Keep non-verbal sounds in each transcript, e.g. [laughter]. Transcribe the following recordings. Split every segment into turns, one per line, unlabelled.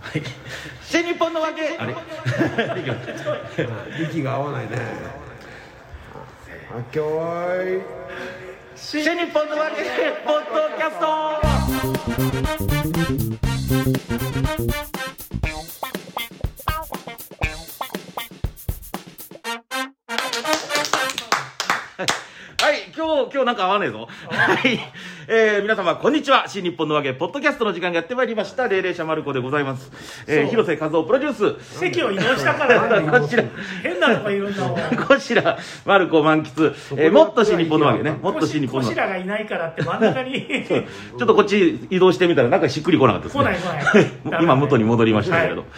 はい新日本のわけあれいきます
息が合わないねあっきょーい
新日本のわけポッドキャ [laughs] ストはい、今日、今日なんか合わねえぞ。はい。えー、皆様、こんにちは。新日本のわけ、ポッドキャストの時間がやってまいりました。霊霊者まる子でございます。えー、広瀬和夫プロデュース。
席を移動したから
こちら、
変なのがいるんだもん
こちら、まる子満喫。えー、もっと新日本のわけね。もっと新日本
こ
のわ
し
け。
らがいないからって真ん中に来
[laughs] ちょっとこっち移動してみたらなんかしっくりこなかったですね。
ない来な
[laughs]
い
今元に戻りましたけれど、
はい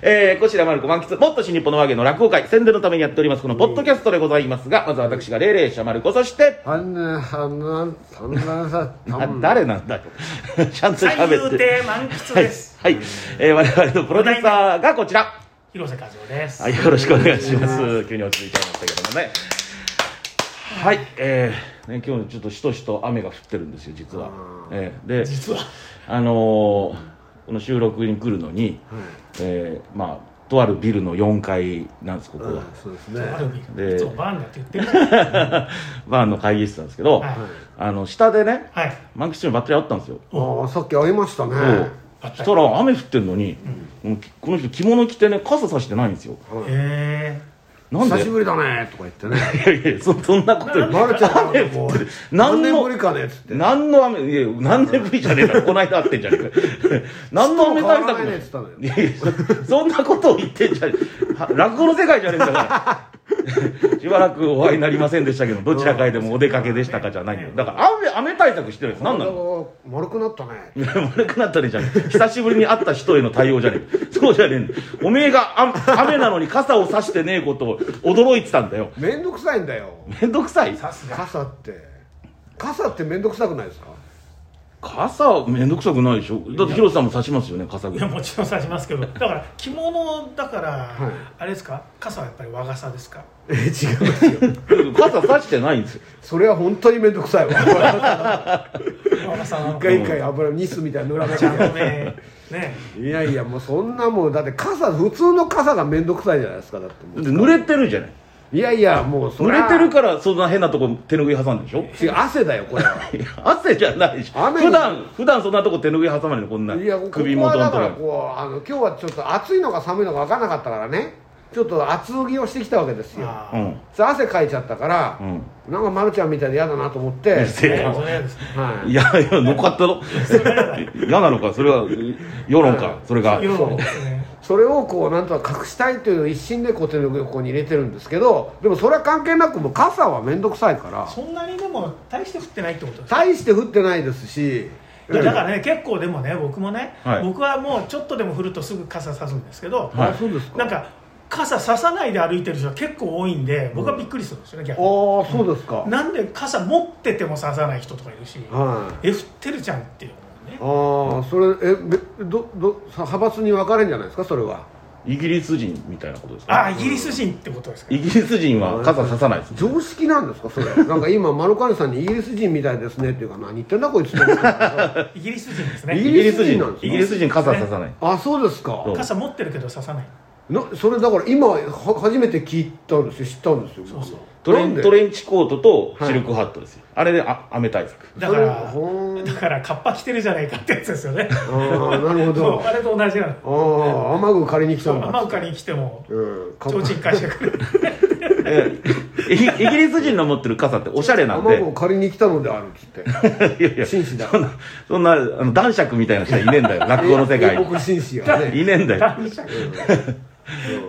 えーこちらマルコ満喫もっと新日本の和芸の落語会宣伝のためにやっておりますこのポッドキャストでございますがまず私が霊霊者マルコそして
あんなあんなあんなさ
あ誰なんだと [laughs] ちゃんと
三
喋
遊
って
亭満喫です、
はい、えー我々のプロデューサーがこちら
広瀬和夫です、
はい、よろしくお願いします。急に落ち着いちゃいましたけどもね。はい、えー、ね、今日ちょっとしとしと雨が降ってるんですよ、実は。えーで、実は。あのーこの収録に来るのに、えーまあ、とあるビルの4階なんです、ここは。 [laughs]
そうですね
アルビ
で
いつもバーンだって言ってる
バーの会議室なんですけど、
はい、
あの、下でね、 [laughs]
はい、
満喫中にバッテリーあったんですよ。
ああさっき会いましたね
そう
あっ
そ
た
したら雨降ってるのに、このこの人着物着てね傘さしてないんですよ
え
なんで
久しぶりだねとか言ってね
いやいやそそんなこと言って
バレちゃったねもう
何
何
の
年ぶりかねっつって
何の雨、いや、何年ぶりじゃねえだろ、この間会ってんじゃねえか。何の雨対策も
変わらないねっつったのよ
いやいやそ [laughs] そんなことを言ってんじゃねえ。は落語の世界じゃねえんだから。し [laughs] ばらくお会いになりませんでしたけど、どちらかへでもお出かけでしたかじゃないよ。だから雨、雨対策してるやつ、何なの [laughs]
体が丸くなったね
いや悪くなったねじゃん。久しぶりに会った人への対応じゃねえ。そうじゃねえんだおめえがあ雨なのに傘を差してねえことを驚いてたんだよ。
めんどくさいんだよ
めんどくさい
ー、さすが
傘って傘ってめんどくさくないですか
傘めんどくさくないでしょだって広瀬さんも差しますよね傘ぐ
い
ら
や
い
もちろん指しますけどだから着物だから、
い
あれですか傘はやっぱり和傘ですか
え違いますよ
傘差してないんですよ
[laughs] それは本当にめんどくさいわ
和傘なの
一
か
回一回油ニスみたいに塗らなき
ちゃんと
ゃ
ねね
いやいやもうそんなもうだって傘普通の傘がめんどくさいじゃないですかだっても
だ
う
って濡れてるじゃない
いやいやもうそ
濡
り
れ
ゃ
てるからそんな変なとこ手拭い挟んででしょ
違う汗だよこれは
いや [laughs] 汗じゃないでしょ
雨
普段普段そんなとこ手拭い挟まれるのこんない
やここ
首
は
元の
だ
と
から
こ
こうあの今日はちょっと暑いのか寒いのか分からなかったからねちょっと厚着をしてきたわけですよ
あ
う
ー
ん
それ汗かいちゃったから、なんか丸ちゃんみたいで嫌だなと思って、
せ
ね
や
それですね
はい
いやいや乗っかった
[laughs]
の嫌なのかそれは世論かそれが
世論ですね
それをこうなんとか隠したいという一心でこう手の上をここに入れてるんですけどでもそれは関係なくもう傘は面倒くさいから
そんなにでも大して降ってないってことです
大して降ってないですし
いやだからね結構でもね僕もね、
はい
僕はもうちょっとでも降るとすぐ傘さすんですけど、
はい
あそうですか
なんか傘ささないで歩いてる人は結構多いんで僕はびっくりするんですよね、逆に
ああそうですか、はい
なんで傘持っててもささない人とかいるし、
あ
え降ってるじゃんっていうのね
あそれえべどどさ派閥に分かれんじゃないですかそれは
イギリス人みたいなことです
あ
か
あイギリス人ってことですか
イギリス人は傘差さないです
常識なんですかそれ [laughs] なんか今丸川さんにイギリス人みたいですねっていうか何言ってんだこいつって思ってたんだ
[laughs]
け
イギリス人です
イ
イ
ギ
ね
ギリ
リ
ス
ス人なん
人
です
イ
ね
ギリス人傘差さない
どあそうですか
そう
傘持ってるけどささない
なそれだから今は初めて聞いたんですよ知ったんですよ
そうそう
トレ
なん
ン
で
トレンチコートとシルクハットですよあれであ雨対策
だから
それほーん
だからカッパ着てるじゃないかってやつですよね
ああなるほ
そう
ど
あれと同じなの
ああ雨具借りに来たんだ
真岡に来ても
うんか
提灯会社から
ええイギイギリス人の持ってる傘っておしゃれなん
雨具
で
を借りに来たのであるっつって
いやいや
紳士だ
そんなそんなあの男爵みたいな人はいねえんだよ落語の世界
英国紳士は
に
ね
いねえんだよ
男爵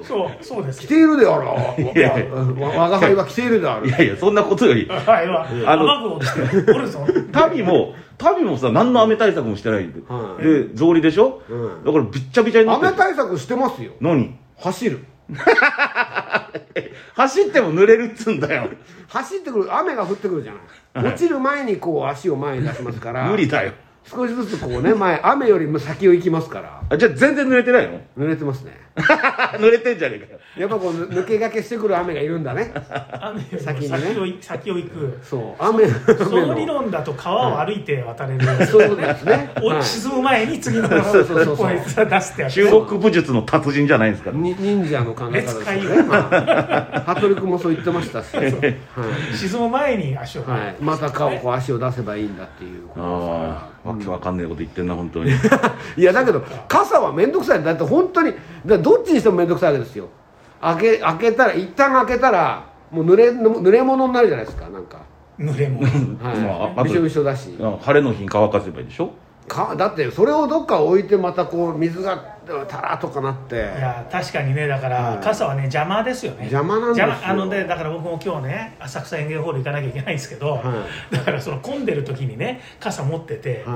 そうそうです
着
よ
ているであろ
いやいや
わわ我が輩は着ているであ
い
る
やいやそんなことより
はいは
あの
雨具を着ておるぞ
民も民もさ何の雨対策もしてないんで、
はい
で草履でしょ、
うん
だからびっちゃびちゃになって
雨
る
対策してますよ
何
走る
走っても濡れるっつうんだよ
走ってくる雨が降ってくるじゃない落ちる前にこう足を前に出しますから
無理だよ
少しずつこうね前雨よりも先を行きますから
あじゃあ全然濡れてないの
濡れてますね
濡れてんじゃねえかよ
やっぱこう抜けがけしてくる雨がいるんだね
雨よりも
先にね
先をい先を行く
そう雨
その理
雨
論だと川を歩いて渡れる、
そういうことですね、
お
はい
沈む前に次の川
そうそうそうそう
を出してやる
中国武術の達人じゃないんですから
に忍者の考え方ですよね、まあ、服部君もそう言って
[laughs]
ましたし、はい
沈む前に足を、
はい、また顔こう足を出せばいいんだっていうことですから
ああわけわかんないこと言ってんな本当に
[laughs] いやだけど傘は面倒くさいだって本当にだからどっちにしても面倒くさいわけですよ開け開けたら一旦開けたらもう濡れ濡れ物になるじゃないですかなんか、
濡れも
まあ
は
あ
い、びしょびしょだし
あ晴れの日に乾かせばいいでしょ
かだってそれをどっか置いてまたこう水がたらとかなって
いや確かにねだから、
はい
傘はね邪魔ですよね
邪魔なんですよ
邪魔あのねだから僕も今日ね浅草園芸ホール行かなきゃいけないんですけど、
は
だからその混んでる時にね傘持ってて、
は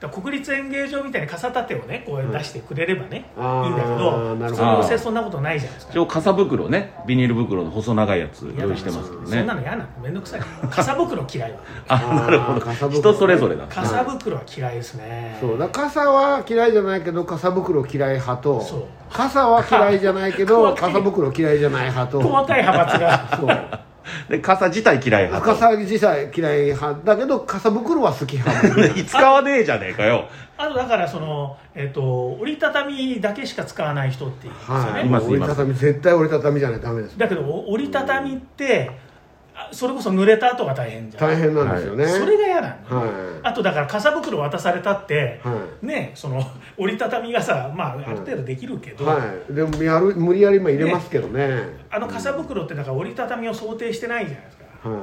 だから国立演芸場みたいに傘立てをねこう出してくれればね、
あー
いいんだけど
なるほ
普通
ど
の女性そんなことないじゃないですか
一応傘袋ねビニール袋の細長いやつ
嫌だ
用意してますけど
そんな
ね
の嫌なのめんどくさい傘袋嫌い
[laughs]
は
あなるほ
あー傘
ど
袋
人それぞれだ
傘袋は嫌いですね
そうだから傘は嫌いじゃないけど傘袋嫌い派
そう
と傘は嫌いじゃないけ
[laughs]
ど
細かい
傘袋嫌いじゃない派と
細かい派閥
[laughs]
が [laughs]
そう
で傘自体嫌い派と
傘自体嫌い派だけど傘袋は好き派
[laughs] いつかはねえじゃねえかよ
あとだからその、えっと折りたたみだけしか使わない人っていうんですよね、
はい
います
折りたたみ絶対折りたたみじゃないとダメです
だけどお折りたたみってあそれこそ濡れた後が大変じゃん
大変なんですよね、
それが嫌なの、
はい
あとだから傘袋渡されたって、
は
ねその折りたたみがさまあある程度できるけど、
はい、でもやる無理やり今入れますけどね
あの傘袋ってなんか折りたたみを想定してないじゃないですか
は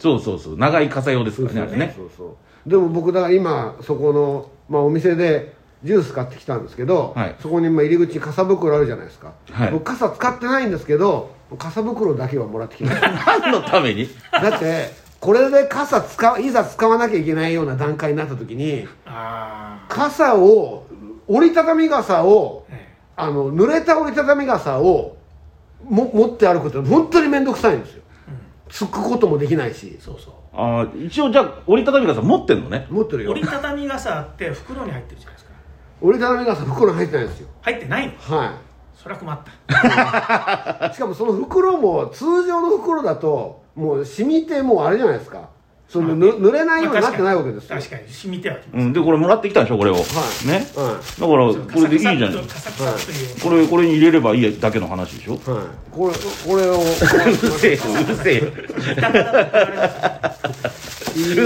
そうそうそう長い傘用で
い
すからねあれね
そうそうでも僕だから今そこの、まあ、お店でジュース買ってきたんですけど、
はい
そこに今入り口に傘袋あるじゃないですか、
はい
僕傘使ってないんですけど傘袋だけはもらってきました
何のために
だってこれで傘使ういざ使わなきゃいけないような段階になった時に
あ
傘を折りたたみ傘を
あ、え
あの濡れた折りたたみ傘をも持って歩くって本当に面倒くさいんですよ、つくこともできないし
えそうそう
あー一応じゃあ折りたたみ傘持ってんのね
持ってるよ
折りたたみ傘って袋に入ってるじゃないですか
折りたたみ傘袋に入ってないんですよ
入ってないの
は
それは困った
いしかもその袋も通常の袋だともう染みてもうあれじゃないですかそのぬ濡れないようになってないわけですよ
確かに染みてはきま
うんでこれもらってきたでしょこれをね
い
だから
は
これでいいじゃない
カサカサという、
これこれに入れればいいだけの話でしょ
い、はい、これこれを
うるせえうるせえ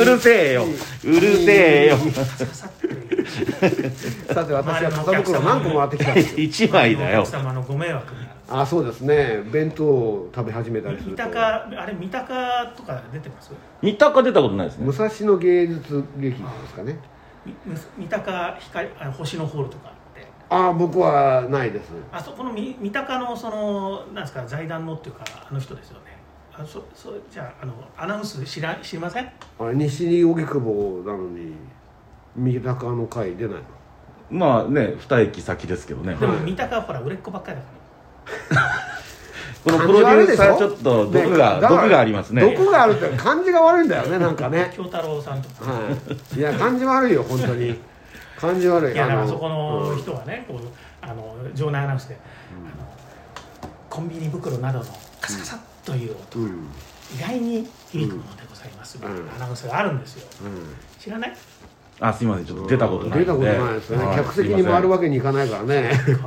うるせえようるせえよ
カサカサっ
[laughs]
ていう
さて私は傘袋何個もらってきたんですよ
一枚だ
お
よ
客様のご迷惑になる
あそうですね弁当を食べ始めたりする
三
と
鷹あれ三鷹とか出てます
三鷹出たことないですね
武蔵野芸術劇場ですかね
みむ三鷹光あ星のホールとかって
ああ僕はないです
あそこのみ三鷹のそのなんですか財団のっていうかあの人ですよねあそそじゃああのアナウンス知ら知りません
あれ西荻窪なのに三鷹の会出ないの
まあね二駅先ですけどね
でも三鷹はほら売れっ子ばっかりだから
このプロデューサーちょっと毒が
だから
毒がありますね
毒があるって感じが悪いんだよねなんかね
京太郎さんとか
はいいや感じ悪いよ本当に感じ悪い
いやだからそこの人はねこうあの場内アナウンスで、あのコンビニ袋などのカサカサという音
うんうん
意外に響くものでございますみたい
うん
なアナウンスがあるんですよ知らない
あすいませんちょっ
うん
と出たことないん
出たことないですよね客席に回る
わ
わけにいかないからね
あー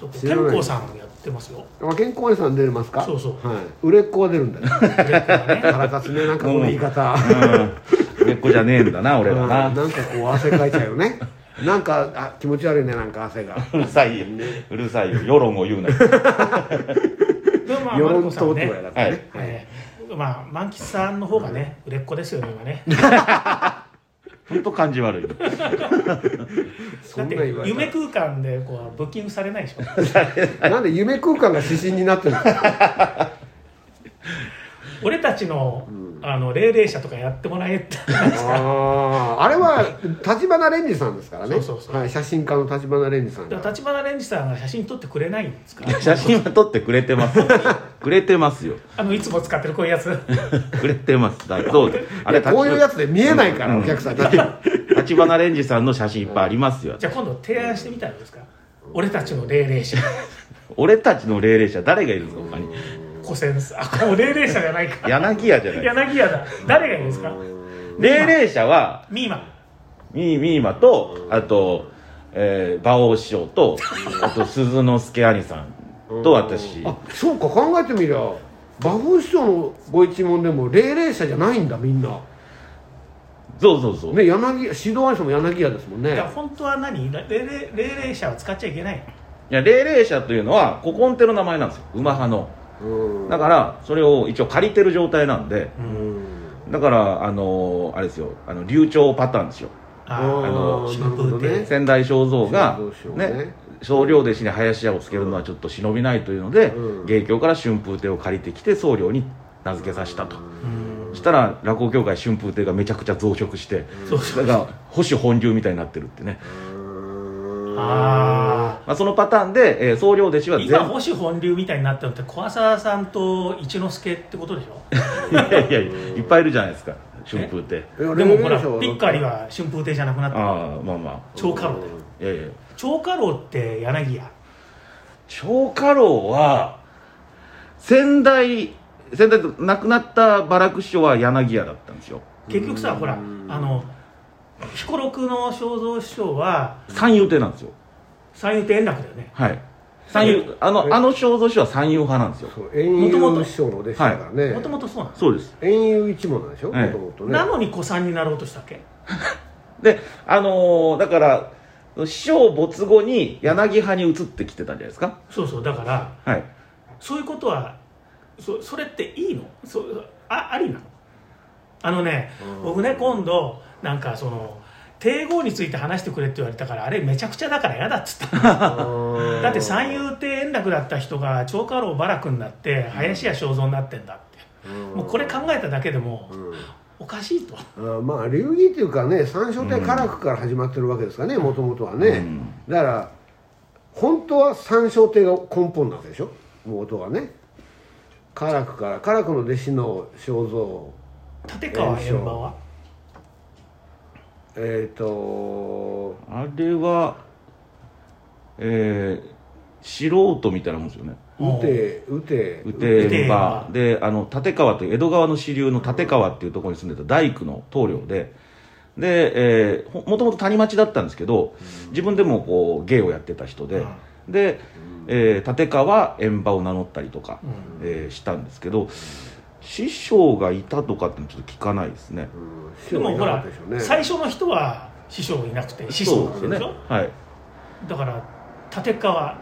そう
知らない
健康さんやってますよ
あ健康園さん出れますか
そうそう
はい、売れっ子は出るんだよ [laughs] 腹立つねなんかこの言い方
け根っこじゃねえんだ
[laughs]
な俺は
な
なん
かこう汗かいちゃうよ
[laughs]
ねなんかあ気持ち悪いねなんか汗が
うるさいようるさいよ世論を言うなよ
でもまあ
世
マル
論
コさんは
党
ね
とかだからね、
えーまあ満喫さんの方がね売れっ子ですよね
[laughs]
今ね
本当感じ悪い
そ
だっ
んな言
て
われ
夢
た
空間でこうブッキングされないでしょ
らなんで夢空間が指針になっ
[laughs]
てるんですか
俺たちのあの霊霊者とかやってもらえって [laughs]
あーあれは立花蓮司さんですからね
そうそうそう
はい、写真家の立花蓮司さん
で
が
も立花蓮司さんが写真撮ってくれないんですか
写真は撮ってくれてますくれてますよ
あのいつも使ってるこういうやつ [laughs]
くれてますだそうですあれ
こういうやつで見えないから、お客さんに
立 [laughs] 立花蓮司さんの写真いっぱいありますよ
じゃあ今度提案してみたらどうですか俺たちの霊霊者
俺たちの霊霊者誰がいるんですか他に
古戦すあこれも霊霊者じゃないか
柳家じゃないですか
柳家だ誰がいいですか
霊霊者は
ミーマン
ミーミーマとあと、えー、馬王師匠とあと鈴之助兄さんと私
あそうか考えてみりゃ馬王師匠のご一門でも霊霊者じゃないんだみんな
そうそうそう、
ね柳指導案者も柳家ですもん
だか
ね
ら本当は何霊霊霊霊者を使っちゃいけない
いや霊霊者というのは古今亭の名前なんですよ馬派の
うん
だからそれを一応借りてる状態なんで
うん
だからあのーあれですよあの流暢パターンですよ
あ
あー
あの
なるほどね
春風亭
仙台正蔵が
そうそうそう
ね
ね
総領弟子に林家をつけるのはちょっと忍びないというので、
うん
芸協から春風亭を借りてきて僧侶に名付けさせたと、
うん
そしたら落語協会春風亭がめちゃくちゃ増殖して、
そうそ
だ
う
から保守本流みたいになってるってね、
あ
まあ、そのパターンで、えー僧侶弟子は
あ今
全
保守本流みたいになったのって小浅さんと一之輔ってことでしょ
[laughs] いやいやいやいっぱいいるじゃないですか春風亭
いや
でもほ
霊
ら
霊者は
ピッカリは春風亭じゃなくなった
ああまあま
長家老だよ
あいやいや
長家老って柳家
長家老は先代先代と亡くなったバラク師匠は柳家だったんですよ
結局さ
うん
ほらあの彦六の正蔵師匠は
三遊亭なんですよ
三遊亭円楽だよね
はい三遊あの
え
あの正蔵師匠は三遊派なんですよ
そう遠遊師匠の弟子だからね、
もともとそうなんです
そうです
遠遊一門なんでしょ
ええ
もともとね
なのに古参になろうとしたっけ
であのーだから師匠没後に柳派に移ってきてたんじゃないですか
そうそうだから
はい
そういうことはそそれっていいのそあありなのあのね
うん
僕ね今度なんかその帝豪について話してくれって言われたからあれめちゃくちゃだから嫌だっつっただって三遊亭円楽だった人が長家老バラクになって林家正蔵になってんだってもうこれ考えただけでもおかしいと
あまあ流儀っていうかね三笑亭家楽から始まってるわけですからねもともとはね、
うん
だから本当は三笑亭が根本なわけでしょ元はね家楽から家楽の弟子の肖像
立川円馬は
えっ、と
あれはえー素人みたいなもんですよね
うてうて
宇帝
帝
馬
馬
であの立川という江戸川の支流の立川っていうところに住んでた大工の棟梁でで、えーほもともと谷町だったんですけど自分でもこう芸をやってた人で、で、えー立川円馬を名乗ったりとか、
うん
えーしたんですけど師匠がいたとかってのはちょっと聞かないですね
うん師
で
匠が
も
いな
ほ
からったでしょうね
最初の人は師匠いなくて師
そ
匠
うです
で
すよ
で
ね
しょ
はい
だから立川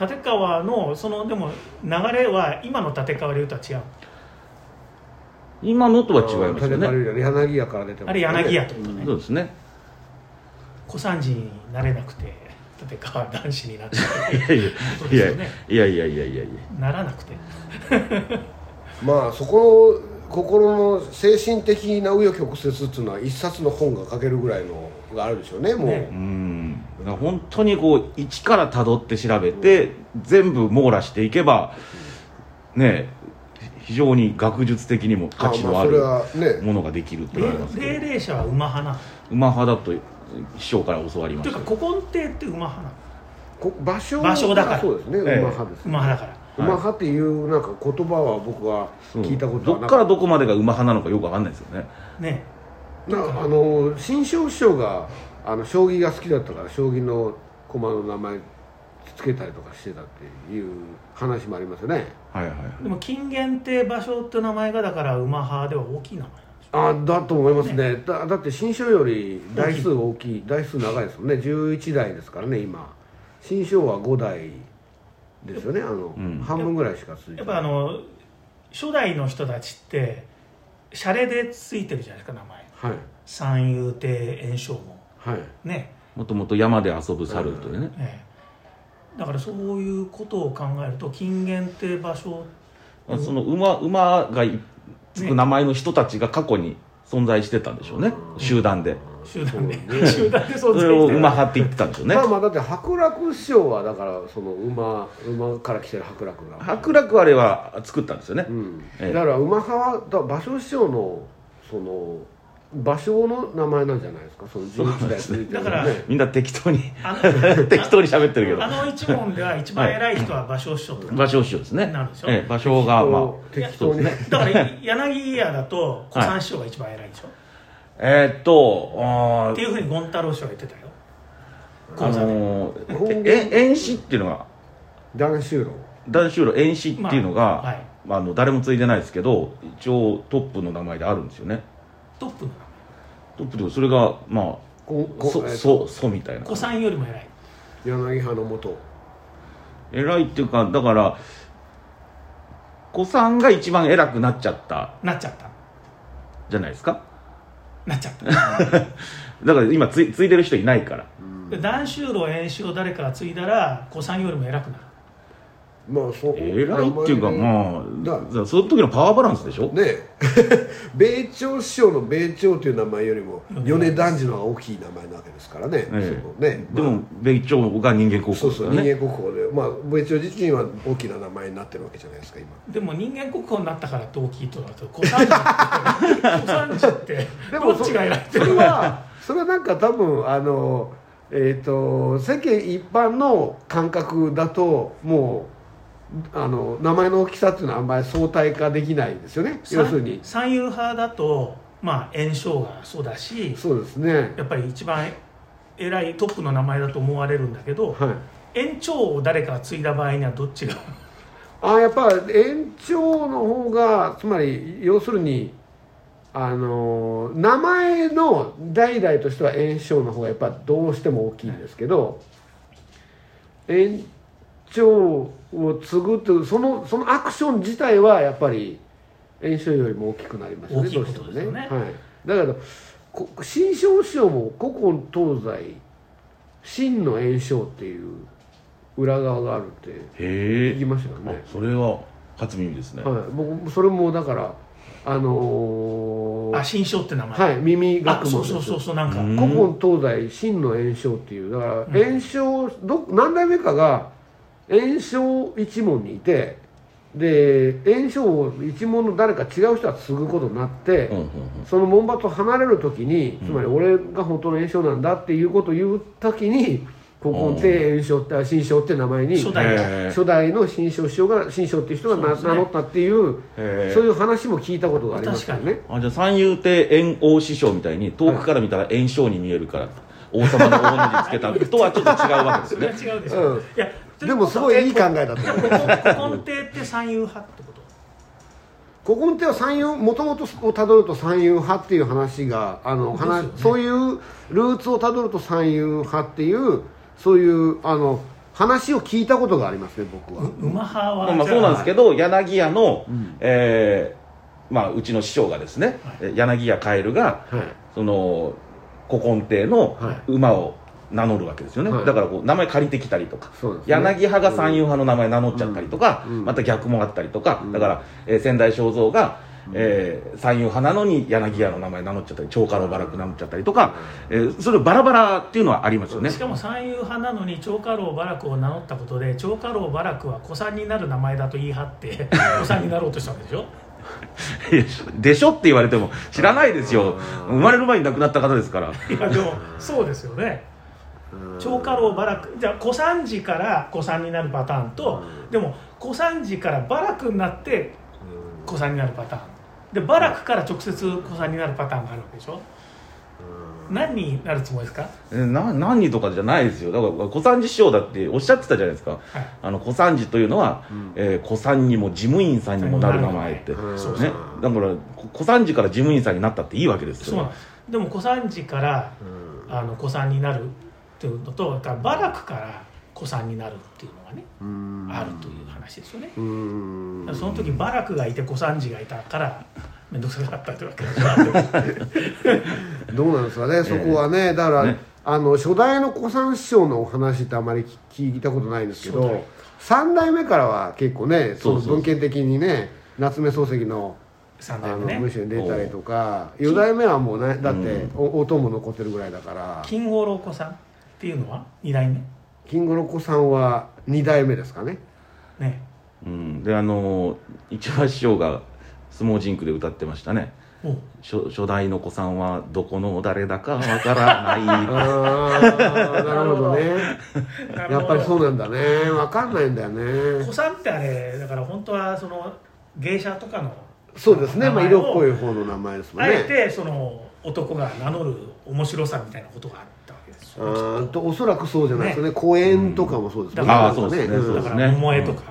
立川のそのでも流れは今の立川流とは違う
今のとは違いますよ
あ
ね
ー立川柳家から出てます
あれ柳家ってことね
そうですね
小三治になれなくて立川男子になって
いやいや
そう
い
です
や
よね
いやいやいやいやいや
ならなくて
まあそこの心の精神的な紆余曲折っていうのは一冊の本が書けるぐらいのがあるでしょうねもう
う
ね
んだから本当にこう一からたどって調べて全部網羅していけばね非常に学術的にも価値のある
まあそれはね
ものができると
霊
思いますけ
霊
ど
霊者は馬派な
馬派だと師匠から教わりま
とい
し
う
た
か古今亭って馬派な
こ場所
場所だから
そうですね、
ええ
馬派です
馬派だから
馬派っていうなんか言葉は僕は
うん
聞いたこと
ど
は
っ
な
から
かっ
どこまでが馬派なのかよくわかんないですよね
ね
た、なあの新庄師匠があの将棋が好きだったから将棋の駒の名前つけたりとかしてたっていう話もありますよね
はいはいはい
でも金元亭芭蕉って名前がだから馬派では大きい名前なんでし
あ
ょ
だと思いますねだだって新書より台数大きい台数長いですもんね11台ですからね今新書は5台ですよねあの、
ん
半分ぐらいしか続いて
やっ
ない
ぱあの初代の人たちってシャレでついてるじゃないですか名前
はい
三遊亭圓生門
はい
ね
もともと山で遊ぶ猿というね
ええだからそういうことを考えると金言って場所うん
その馬馬がつく名前の人たちが過去に存在してたんでしょうね集団で
集団で、
そうね
[laughs] 集団で
そ
存在
れを
してる
馬派って言ってたんでしょうね
まあまあだって伯楽師匠はだからその馬馬から来てる伯楽が、
白楽あれは作ったんですよね
う、ん、
ええ
だから馬派はだ馬所師匠のその場所の名前なんじゃないですかその11時代続いてるの
だから
みんな適当に [laughs]
あの
適当に喋ってるけど
あの一問では一番偉い人は芭蕉師匠とか、
場所師匠ですね
なるでしょ
ええ場所がまあ
適当にね
だから柳家だと小三師匠が一番偉いでしょ、
えーっとあ
って
ー
いうふうに権太郎師匠が言ってたよ
あ
講座で、
のーええ演詞っていうのが
男子郎
男子路演詞っていうのが、
まあはい
まあ、あの誰もついてないですけど一応トップの名前であるんですよね
トップの
トップでそれがま
こ
あ
こ
そ
えー
そそみたいな
小三よりも偉い
柳葉の元
偉いっていうかだから子さんが一番偉くなっちゃった
なっちゃった
じゃないですか
なっちゃった
だから今ついついてる人いないから
で男子郎演習を誰かが継いだら小三よりも偉くなる
まあそこ
偉いっていうかま
だ
あその時のパワーバランスでしょ
ね [laughs] え米朝師匠の米朝という名前よりも米男児の方が大きい名前なわけですからね、
ええ
そこね
で
ま
も米朝が人間
あ
国宝で
そう
す
そ
か
う
らね
人間国宝でまあ米朝自身は大きな名前になってるわけじゃないですか今
でも人間国宝になったからって大きいとだと小三師って小三師
[laughs]
ってどっちが偉いって
それはそれはなんか多分あのえっ、と世間一般の感覚だともうあの名前の大きさっていうのはあんまり相対化できないですよね要するに
三遊派だとまあ炎症がそうだし
そうですね
やっぱり一番偉いトップの名前だと思われるんだけど
はい
園長を誰かが継いだ場合にはどっちが
あやっぱ延長の方がつまり要するにあの名前の代々としては延長の方がやっぱどうしても大きいんですけど延長を継ぐというそのそのアクション自体はやっぱり延長よりも大きくなりますよね
大きい
どうしても
ことですよね
はい、だけどこ新庄師匠も古今東西真の延長っていう裏側があるって
へ
聞き
え
ましたよね、
それは初耳ですね
はい、僕それもだからあのー
あ新章って名前、
はい耳
あ
学
そ
問
う
です
そうそうそうなんか、
うん
古今東西真の炎症っていうだから炎症ど何代目かが炎症一門にいてで炎症を一門の誰か違う人が継ぐことになって、
うんうん
その門閥を離れる時につまり俺が本当の炎症なんだっていうことを言う時に古今帝炎症ってあ新症って名前に
初
うん
代
へ
初代の新庄師匠が新庄っていう人が
そう
な
ですね
名乗ったっていう
え
そういう話も聞いたことがありますよね
あじゃあ三遊亭円王師匠みたいに遠くから見たら円将に見えるから、王様の大文字つけたとはちょっと違うわけ
そ
ですよ
れは
ね
違うでしょ、
うん
いや
でもすごいいい考えだと思う
思う根底って三遊派ってこと
古今亭は三遊もともとをたどると三遊派っていう話があの、話
ですよ
そういうルーツをたどると三遊派っていうそういうあの話を聞いたことがありますね僕は、
う馬派は、
まあ、
じゃ
そうなんですけど柳家の、えーまあ、うちの師匠がですね、え柳家カエルが
はい
その古今亭の
は
馬を名乗るわけですよね、
はい
だからこう名前借りてきたりとか、
そうですね
柳派が三遊派の名前名乗っちゃったりとか、
うんうん
また逆もあったりとか、
うん
だから、えー仙台正蔵が、えー三遊派なのに柳家の名前名乗っちゃったり長家のバラク名乗っちゃったりとか、えーそれバラバラっていうのはありますよね
しかも三遊派なのに長家老バラクを名乗ったことで長家老バラクは子さんになる名前だと言い張って子さんになろうとしたんでしょ
いや [laughs] でしょって言われても知らないですよ
あー
生まれる前に亡くなった方ですから
いやでもそうですよね
うん
長家老バラクじゃあ小三時から小三になるパターンとでも小三時からバラクになって小三になるパターンでバラクから直接小三になるパターンがあるわけでしょ何になるつもりですか
えな何人とかじゃないですよだから小三治師匠だっておっしゃってたじゃないですか、
い
あの小三治というのは、えー小三にも事務員さんにもなる名前って、ね、
うん
そうそう
だからこ小三治から事務員さんになったっていいわけです
そう
よ
なんですでも小三時から
うん
あの子さんになるっていうのとだからバラクから子さんになるっていうのがね
うん
あるという話ですよね
うん
だからその時バラクがいて子さんじがいたから面倒くさかったってわけで
[laughs]
す
どうなんですかね、そこはね、だから、
ね
あの初代の小三師匠のお話ってあまり聞聞いたことないんですけ
初代
ど、三代目からは結構ね、そ
そう
の
そうそう
文献的にね、夏目漱石の。
3
あ
代
の
目
文
ね
章に出たりとか四代目はもうねだってお音も残ってるぐらいだから
金五郎子さんっていうのは2代目
金五郎子さんは二代目ですかね
ね
うん、であのー一橋師匠が相撲人句で歌ってましたね
おう
初初代の子さんはどこの誰だかわからない
[laughs] あー [laughs] なるほどね
なる
や
ほど
っぱりそうなんだねわかんないんだよね
子さんってあれだから本当はその芸者とかの
そうですね、まあ、
名前を
色っぽい方の名前ですもん
あえ
ね
てその男が名乗る面白さみたいなことがあったわけです
あ
よね
ーとおそらくそうじゃないですよね公演とかもそうですもん
うん
あーそうですね
ん
そう
だ
です
から
ね
「萌え」とか、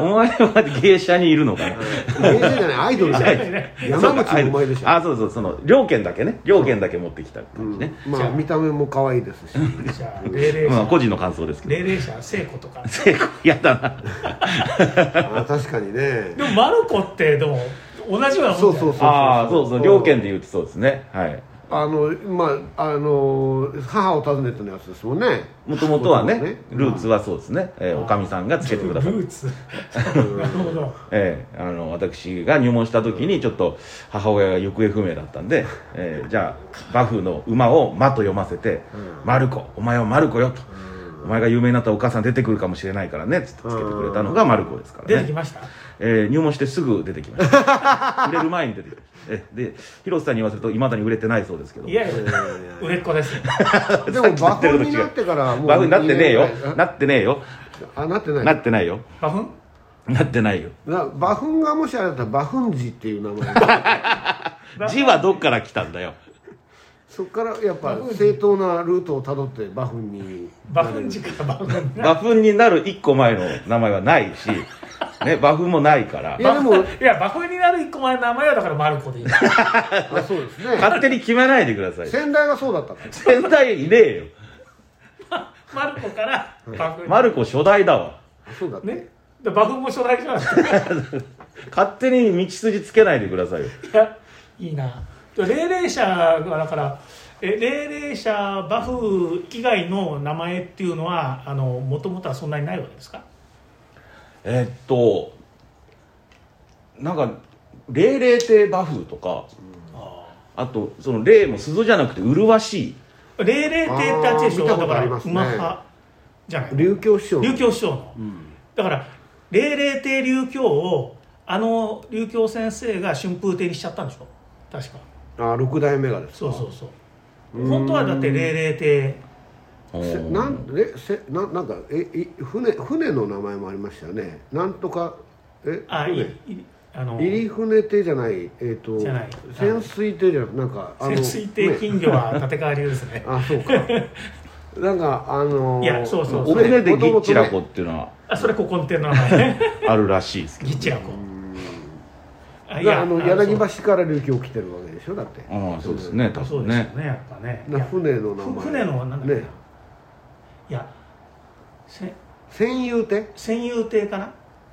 お前は芸者にいるのかな
芸人じゃないアイドルじゃない山口もうまいでしょ
あそうそうその両県だけね両県だけ持ってきた
う
感じね
ん、まあ見た目も可愛いです
[laughs]
し
じゃあ霊霊
まあ個
者
人の感想ですけ
霊
ど
霊者聖子とか
成功やだな
あ確かにね
でもマルコってでも同じようなもんじゃない
そうそうそう
ああそうそう両県で言うとそうですねはい
あのまああの母を訪ねてのやつですもんね
もともとは
元
[laughs] ねルーツはそうですね、えーおかみさんがつけてくださっ
ルーツ
々
なるほど
ええあの私が入門した時にちょっと母親が行方不明だったんで、ええじゃあ馬風の馬を「馬」と読ませて「マルコお前はマルコよ」と「お前が有名になったらお母さん出てくるかもしれないからね」つってつけてくれたのがマルコですからね
出てきました
えー入門してすぐ出てきました [laughs] 売れる前に出てきましたえで広瀬さんに言わせるといまだに売れてないそうですけど
いやいや売れっ子ですよ
でもバフになってからもう
バフになってねえよ
二年ぐらい
なってねえよ
あなってない
なってないよ
馬粉
なってないよ
なバフンがもしあれだったらバフンジっていう名
[laughs]
前
字はどっから来たんだよ
そっからやっぱ正当なルートをたどってバフンに
馬粉時から馬粉にな
馬粉になる一個前の名前はないし、ね、馬粉もないから
いやでも
いや馬粉になる一個前の名前はだからマルコでいい
あそうですね
勝手に決めないでください
先代がそうだったから
先代いねえよ
マルコから馬粉に
マルコ初代だわ
そうだった
ねで馬粉も初代じゃないですか
勝手に道筋つけないでくださいよ
いや [laughs] いいな霊霊者がだからえ霊霊者バフ以外の名前っていうのはあの元々はそんなにないわけですか
えーっとなんか「霊霊亭馬風」とかあとその「霊」も鈴じゃなくて「麗しい
霊霊亭ってあっちでしょ
あー見たこ
だ
と
か
あ
ら
りますね
馬派じゃない
琉球師匠
琉球師匠の、だから霊霊亭琉球をあの琉球先生が春風亭にしちゃったんでしょ確か
あ六代目がですか
そうそうそう本当はだって霊霊亭」
せなんえせななんかえい船船の名前もありましたよねなんとかえ
あい
船
いあの
入船亭じゃないえっ、と
じゃない
潜水艇じゃなくなんかあの
潜水艇金魚は立川流ですね
あそうか
[laughs]
なんかあのー
いやそうそう
お
そ
め
れ
ででギッチラコ
元
っていうのは
あそれ古今亭の名前
[laughs]
あるらしいですけど
ギチラコあ
々ね
いや
あの柳橋から琉球来てるわけでしょだって
うんそうですね多
そうそう
分
ですよ
ね
ねやっぱねい
な
や
船の名
ふ
前
船のなんだっけな
ね
いやせ
戦友艇
戦友艇かな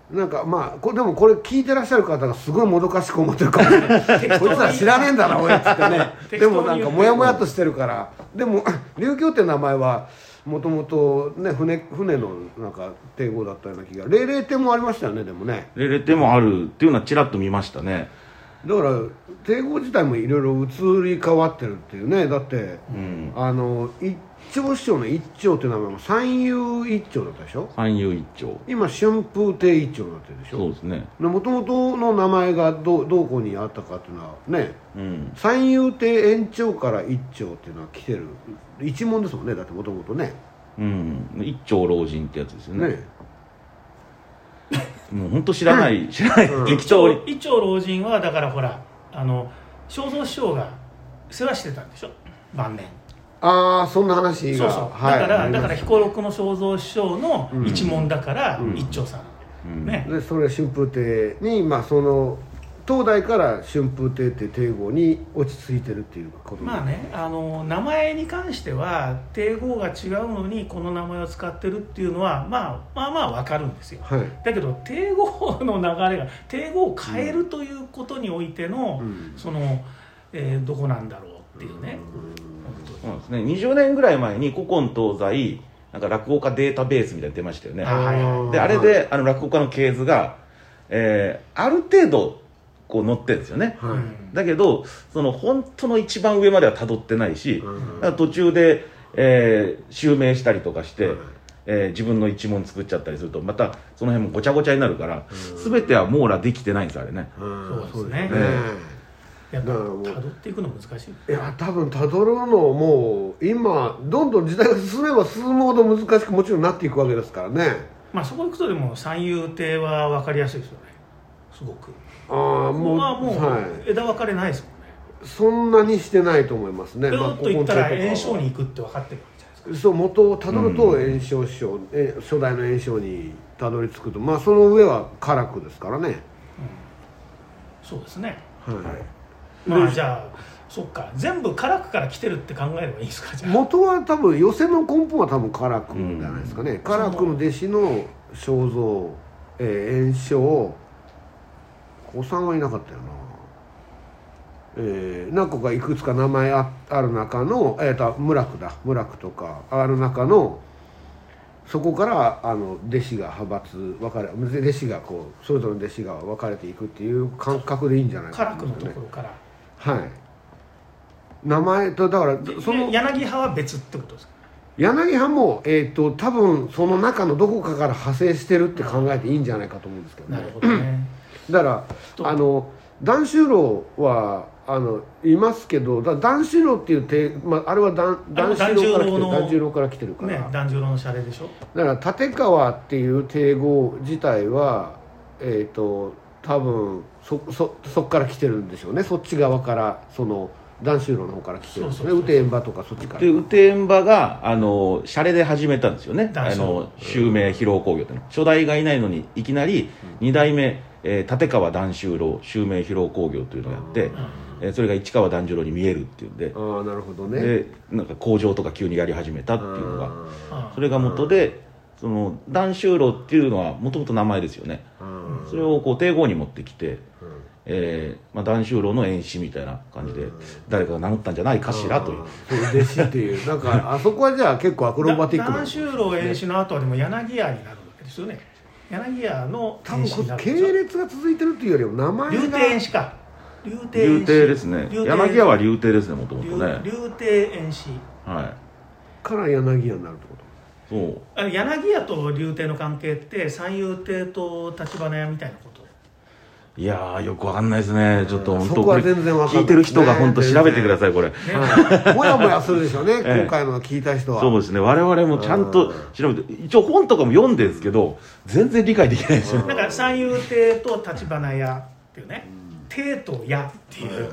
なんかまあこでもこれ聞いてらっしゃる方がすごいもどかしく思ってるかもし
[laughs]
れない [laughs]
適当
こい
に
つら知らねえんだなおいっつってねでも
[laughs] 適当に言
な
っ
ん
て
かモヤモヤとしてるからでも [laughs] 琉球って名前はもともとね船船のなんか帝語だったような気が霊霊亭もありましたよねでもね
霊霊亭もあるっていうのはちらっと見ましたね
だから帝語自体もいろいろ移り変わってるっていうねだって、
ん
あの一丁師匠の一丁って名前も三遊一丁だったでしょ
三遊一丁
今春風亭一丁になってるでし
そう
ょ
ですね
もともとの名前がどどこにあったかっていうのはね
うん
三遊亭延長から一丁っていうのは来てる一門ですもんねだってもともとね
うん一丁老人ってやつですよね
ね
もう本当知らない、知らない、
うん
適当に
一丁老人はだからほらあの正蔵師匠が世話してたんでしょ晩年
ああそんな話が
そうそう、
はい
だから、
あります
だから彦六の正蔵師匠の一門だから、一丁さん、ね
でそれ春風亭にまあその東大から春風亭っていう帝号に落ち着いてるっていうこと
まあねあの名前に関しては帝号が違うのにこの名前を使ってるっていうのは、まあ、まあまあわかるんですよ
はい
だけど帝号の流れが [laughs] 帝号を変えるということにおいての、
うん
その、えーどこなんだろうっていうね、本
そうですね20年ぐらい前に古今東西なんか落語家データベースみたいなの出ましたよね
あはいはい
であれであの落語家の系図が、えーある程度こう載ってるんですよね
はい、
当に
だけどその本当の一番上までは辿ってないし、
うん
だから途中で、えー襲名したりとかして、
はい
えー自分の一問作っちゃったりするとまたその辺もごちゃごちゃになるから、全ては網羅できてないんですあれね
うん
そうですね
そうです
やっぱ
だからもう
辿っていくの難しい
いや多分たどるのもう今どんどん時代が進めば進むほど難しくもちろんなっていくわけですからね
まあそこ行くとでも三遊亭は分かりやすいですよねすごく
ああ
ここ
もう
はも
は
う枝分かれないですもんね
い、そんなにしてないと思いますね
ペロ
まあ
ッと行った
こ
ら
このとこ
炎症に行くって分かってるわけじゃないですか
そう元をたどると炎症師匠、え初代の炎症にたどり着くとまあその上は辛楽ですからね
そうですね
はい、
まあじゃあそっか全部辛くから来てるって考えればいいんですかじゃあ
元は多分寄せの根本は多分辛くじゃないですかね、辛くの弟子の肖像、えー、炎症子さんはいなかったよなえー、何個かいくつか名前あある中の、えー、と村久だ村久とかある中のそこからあの弟子が派閥分かれ弟子がこうそれぞれの弟子が分かれていくっていう感覚でいいんじゃない
辛
と
く
思
の
うんです
と
よね
ころから
はい名前とだから
で
その
で柳派は別ってことですか
柳葉も、えー、と多分その中のどこかから派生してるって考えていいんじゃないかと思うんですけど、
なる
ね、
ほど
[laughs]
ね
だか
と
らあの談秋郎はあのいますけどだ談秋郎っていうて、まあ、あれは談
あれも
談秋郎から来て
團十郎
る
の
談秋郎から来てるから、
ね團十郎の謝礼でしょ
だから立川っていう帝語自体はえっ、と多分そそそっから来てるんでしょうねそっち側からその談秋郎の方から来てるんですよね
そう
雨
そうそう
天場とかそっちから
で雨天場があのシャレで始めたんですよね
男
あ
子の
の襲名披露興行っての初代がいないのにいきなり2代目、えー立川談秋郎襲名披露興行というのをやって、えーそれが市川團十郎に見えるっていうんで
ああなるほどね
でなんか工場とか急にやり始めたっていうのが
ああ
それが元でその談秋郎っていうのはもともと名前ですよね
うん
それをこう帝郷に持ってきて、
うん
えーまあ、談秋郎の演師みたいな感じで誰かが名乗ったんじゃないかしらという
あーそう弟子っていうなんかあそこはじゃあ結構アクロバティック
だ
な
談秋郎演習の後はでも柳家になるわけですよね柳家の
多分
演習
こ
にな
う
る
系
んですよ
列が続いてるっていうよりも名前
竜
が
亭演師か竜亭演
竜
師
亭ですね
竜亭
柳家は竜亭ですねもとも
竜
とね
竜亭演師
は
から柳家になるってこ
いそう
あの柳家と竜亭の関係って三遊亭と橘屋みたいなこと
いやーよくわかんないですねちょっと
うん
本
そ
当
こは
これ
全然わかんない
聞いてる人が本当
ね
調べてくださいこれ
と、はいもやもやするでしょうね
ええ
今回の聞いた人は
そうですね我々もちゃんと調べて一応本とかも読んでるんですけど全然理解できないですよ
なんか三遊亭と橘屋っていうね亭と屋っていう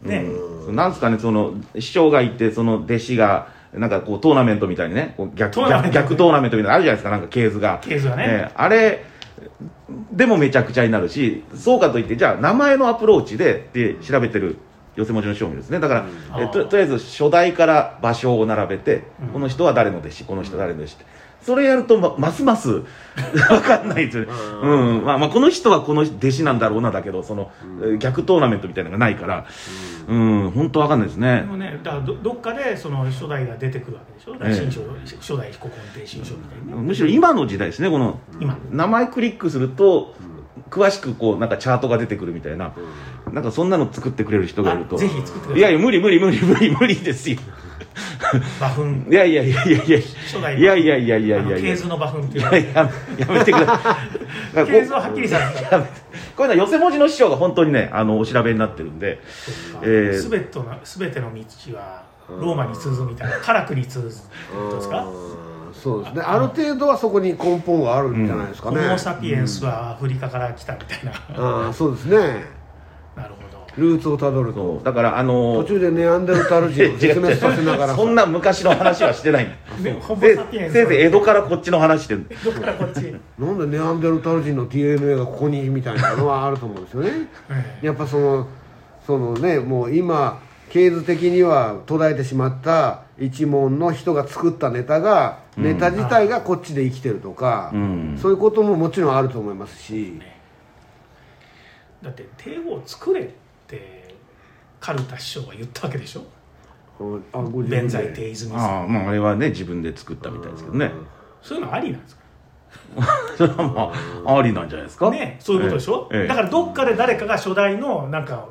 ね
うんなんですかねその師匠がいてその弟子がなんかこうトーナメントみたいにねこう逆
トーナメン
逆
ト
逆トーナメントみたいなのあるじゃないですかなんかケースが
ケースがね
あれでもめちゃくちゃになるしそうかといってじゃあ名前のアプローチでで調べてる寄せ文字の商品ですねだから、
うん
えととりあえず初代から場所を並べて、この人は誰の弟子この人は誰の弟子ってそれやるとまますます [laughs] 分かんないですよね、うんまあまあ、この人はこの弟子なんだろうなだけどその、えー逆トーナメントみたいなのがないから、うん、本当わかんないです
で
ね。
もねだからどどっかでその初代が出てくるわけでしょだから新書初代彦根亭新書みたいなね
むしろ今の時代ですね、この
今
名前クリックすると、詳しくこうなんかチャートが出てくるみたいな、なんかそんなの作ってくれる人がいると、
あぜひ作ってください
いやいや、無理、無理、無理、無理、無理ですよ。
馬粉
いやいやいやいやいや
初代
いやいやいやいや
あ
い
の
やいや
系図の馬粉ってい
いうやいややめてくださいだからこう
系図をはっきりさせた
やめてこういうのは寄せ文字の師匠が本当にねあのお調べになってるんでえー
すべてのすべての道はローマに通ずみたいな辛くに通ずってことですか
うんそうですねある程度はそこに根本があるんじゃないですか
ホ
ね、
モ・サピエンスはアフリカから来たみたいな
ああそうですね
なるほど
ルーツをたど
そ
ると
うだからあの
途中でネアンデルタル人を絶滅さ
[laughs]
せながら
そんな昔の話はしてない
でホモ・
せ
サピエンス
せい
は
ぜい江戸からこっちの話してる
どこからこっ
[laughs]
ち、
なんでネアンデルタル人の DNA がここにみたいなのはあると思うんですよね
ええ
やっぱそのそのねもう今経図的には途絶えてしまった一門の人が作ったネタが、ネタ自体がこっちで生きてるとか、
うん
そういうことももちろんあると思いますし、
だって帝王を作れってカルタ師匠は言ったわけでしょ
うんあご自
弁
分
財
で
天泉さん
ああまああれはね自分で作ったみたいですけどね
そういうのありなんですか
それはまあありなんじゃないですか
ねそういうことでしょ、
ええええ
だからどっかで誰かが初代のなんか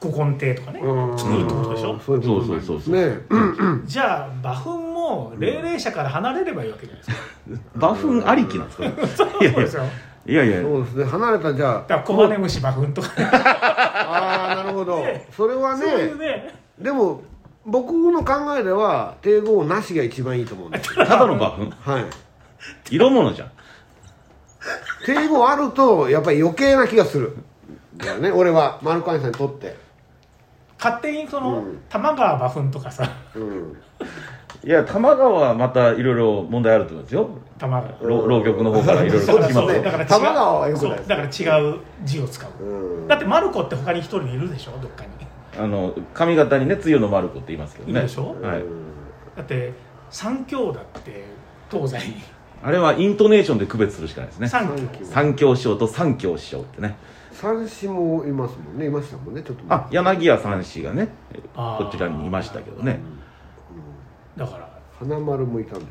古今亭とかね
うん
作るってことでしょ
そういうことなんですね
そうそうそうそう
ねうん
じゃあ馬粉もも霊々社から離れればいいわけじゃないですか
馬糞ありきなん [laughs] ですかねいやいや
そうですよ
いやいや
そうですね離れたじ
[laughs]
ゃ
だからコマネムシ馬糞とか、ね、
ああーなるほど
ね
それは
そういう
ね
ね
でも僕の考えでは抵抗なしが一番いいと思うんですよ
ただの馬糞
はい
色物じゃん
抵抗あるとやっぱり余計な気がするだよね俺はマルコアニさんにとって
勝手にそ
う
の、
ん
玉川馬糞とかさ
うん
いや多摩川はまたいろいろ問題あると思いますよ
玉川
浪浪曲の方からいろいろ
そう
聞
だ
き
そ
ます
うだ
よ
だから違う
玉川は良くない
そうだから違う字を使う、
うん
だってマルコって他に一人いるでしょどっかに
あの髪型にね「つゆのマルコ」って言いますけど
いる
ね
でしょ
はい、
だって三強だって東西に
あれはイントネーションで区別するしかないですね
三
三
三
強
強
教師匠と三教師匠ってね
三子もいますもんねいましたもんねちょっと前
あ柳家三子がね
あー
こちらにいましたけどね
だから
花丸もいたんだよ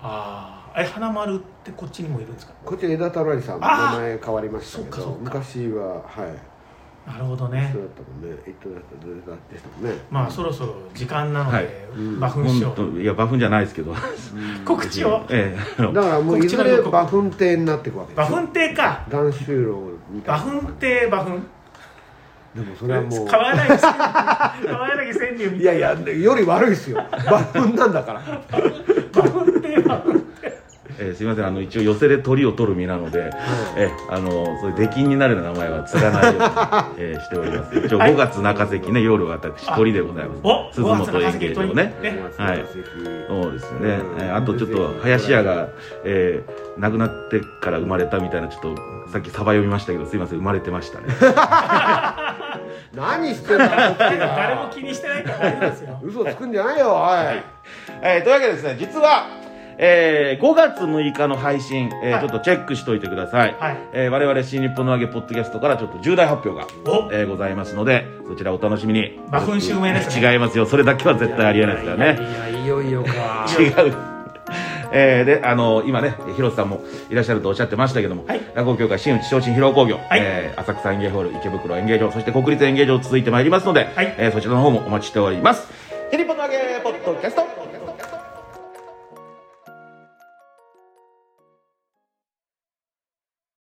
ああえ花丸ってこっちにもいるんですか
こっち枝太郎さん
あー
名前変わりましたけ
そっかそっ
ど
か
昔ははい
なるほどね
そうだったもんね一等だったどれだったでしたもんね
まあそろそろ時間なの
はい
で、
うん
馬糞しよ
本
う
当いや馬糞じゃないですけど
告知を
ええあの
だからもういずれ馬糞亭になっていくわけで
馬
すよ
糞亭か
男子郎みた
馬
いな
糞亭馬糞
でもそれはもう
川柳川柳川柳み
い
た
や
い
い
な
やより悪いですよ馬糞なんだから
馬糞亭馬糞
ええすいませんあの一応寄せで鳥を取る身なので、ええあのそういう出禁になるような名前はつらないように、ええしております一応
はい
5月中関ね夜私鳥でござい
お
ます鈴
5月
本
の
演
稼
芸
ぎ
場
鳥
ね
ね
はい
松田関
そうですよね、え
うん
えあとちょっと林家が、ええ亡くなってから生まれたみたいなちょっとさっきサバ読みましたけどすいません生まれてましたね
何してんだ僕
誰も誰も
が
気にしてないから大丈夫ですよ
嘘つくんじゃないよお
[laughs] えーというわけでですね、実は、えー5月6日の配信、えー
はい
ちょっとチェックしといてください。
はい
えー我々新日本の揚げポッドキャストからちょっと重大発表が、
お
えーございますので、そちらお楽しみに。
馬糞襲名ですね
違いますよ。それだけは絶対ありえないですからね。
いいやいよいよか
違う。 [laughs] えーで、あの今ね、広瀬さんもいらっしゃるとおっしゃってましたけども、
はい
落語協会新内昇進披露興行、
い
えー浅草演芸ホール、池袋演芸場、そして国立演芸場続いてまいりますので、
はい
えーそちらの方もお待ちしております。新日本の揚げポッドキャスト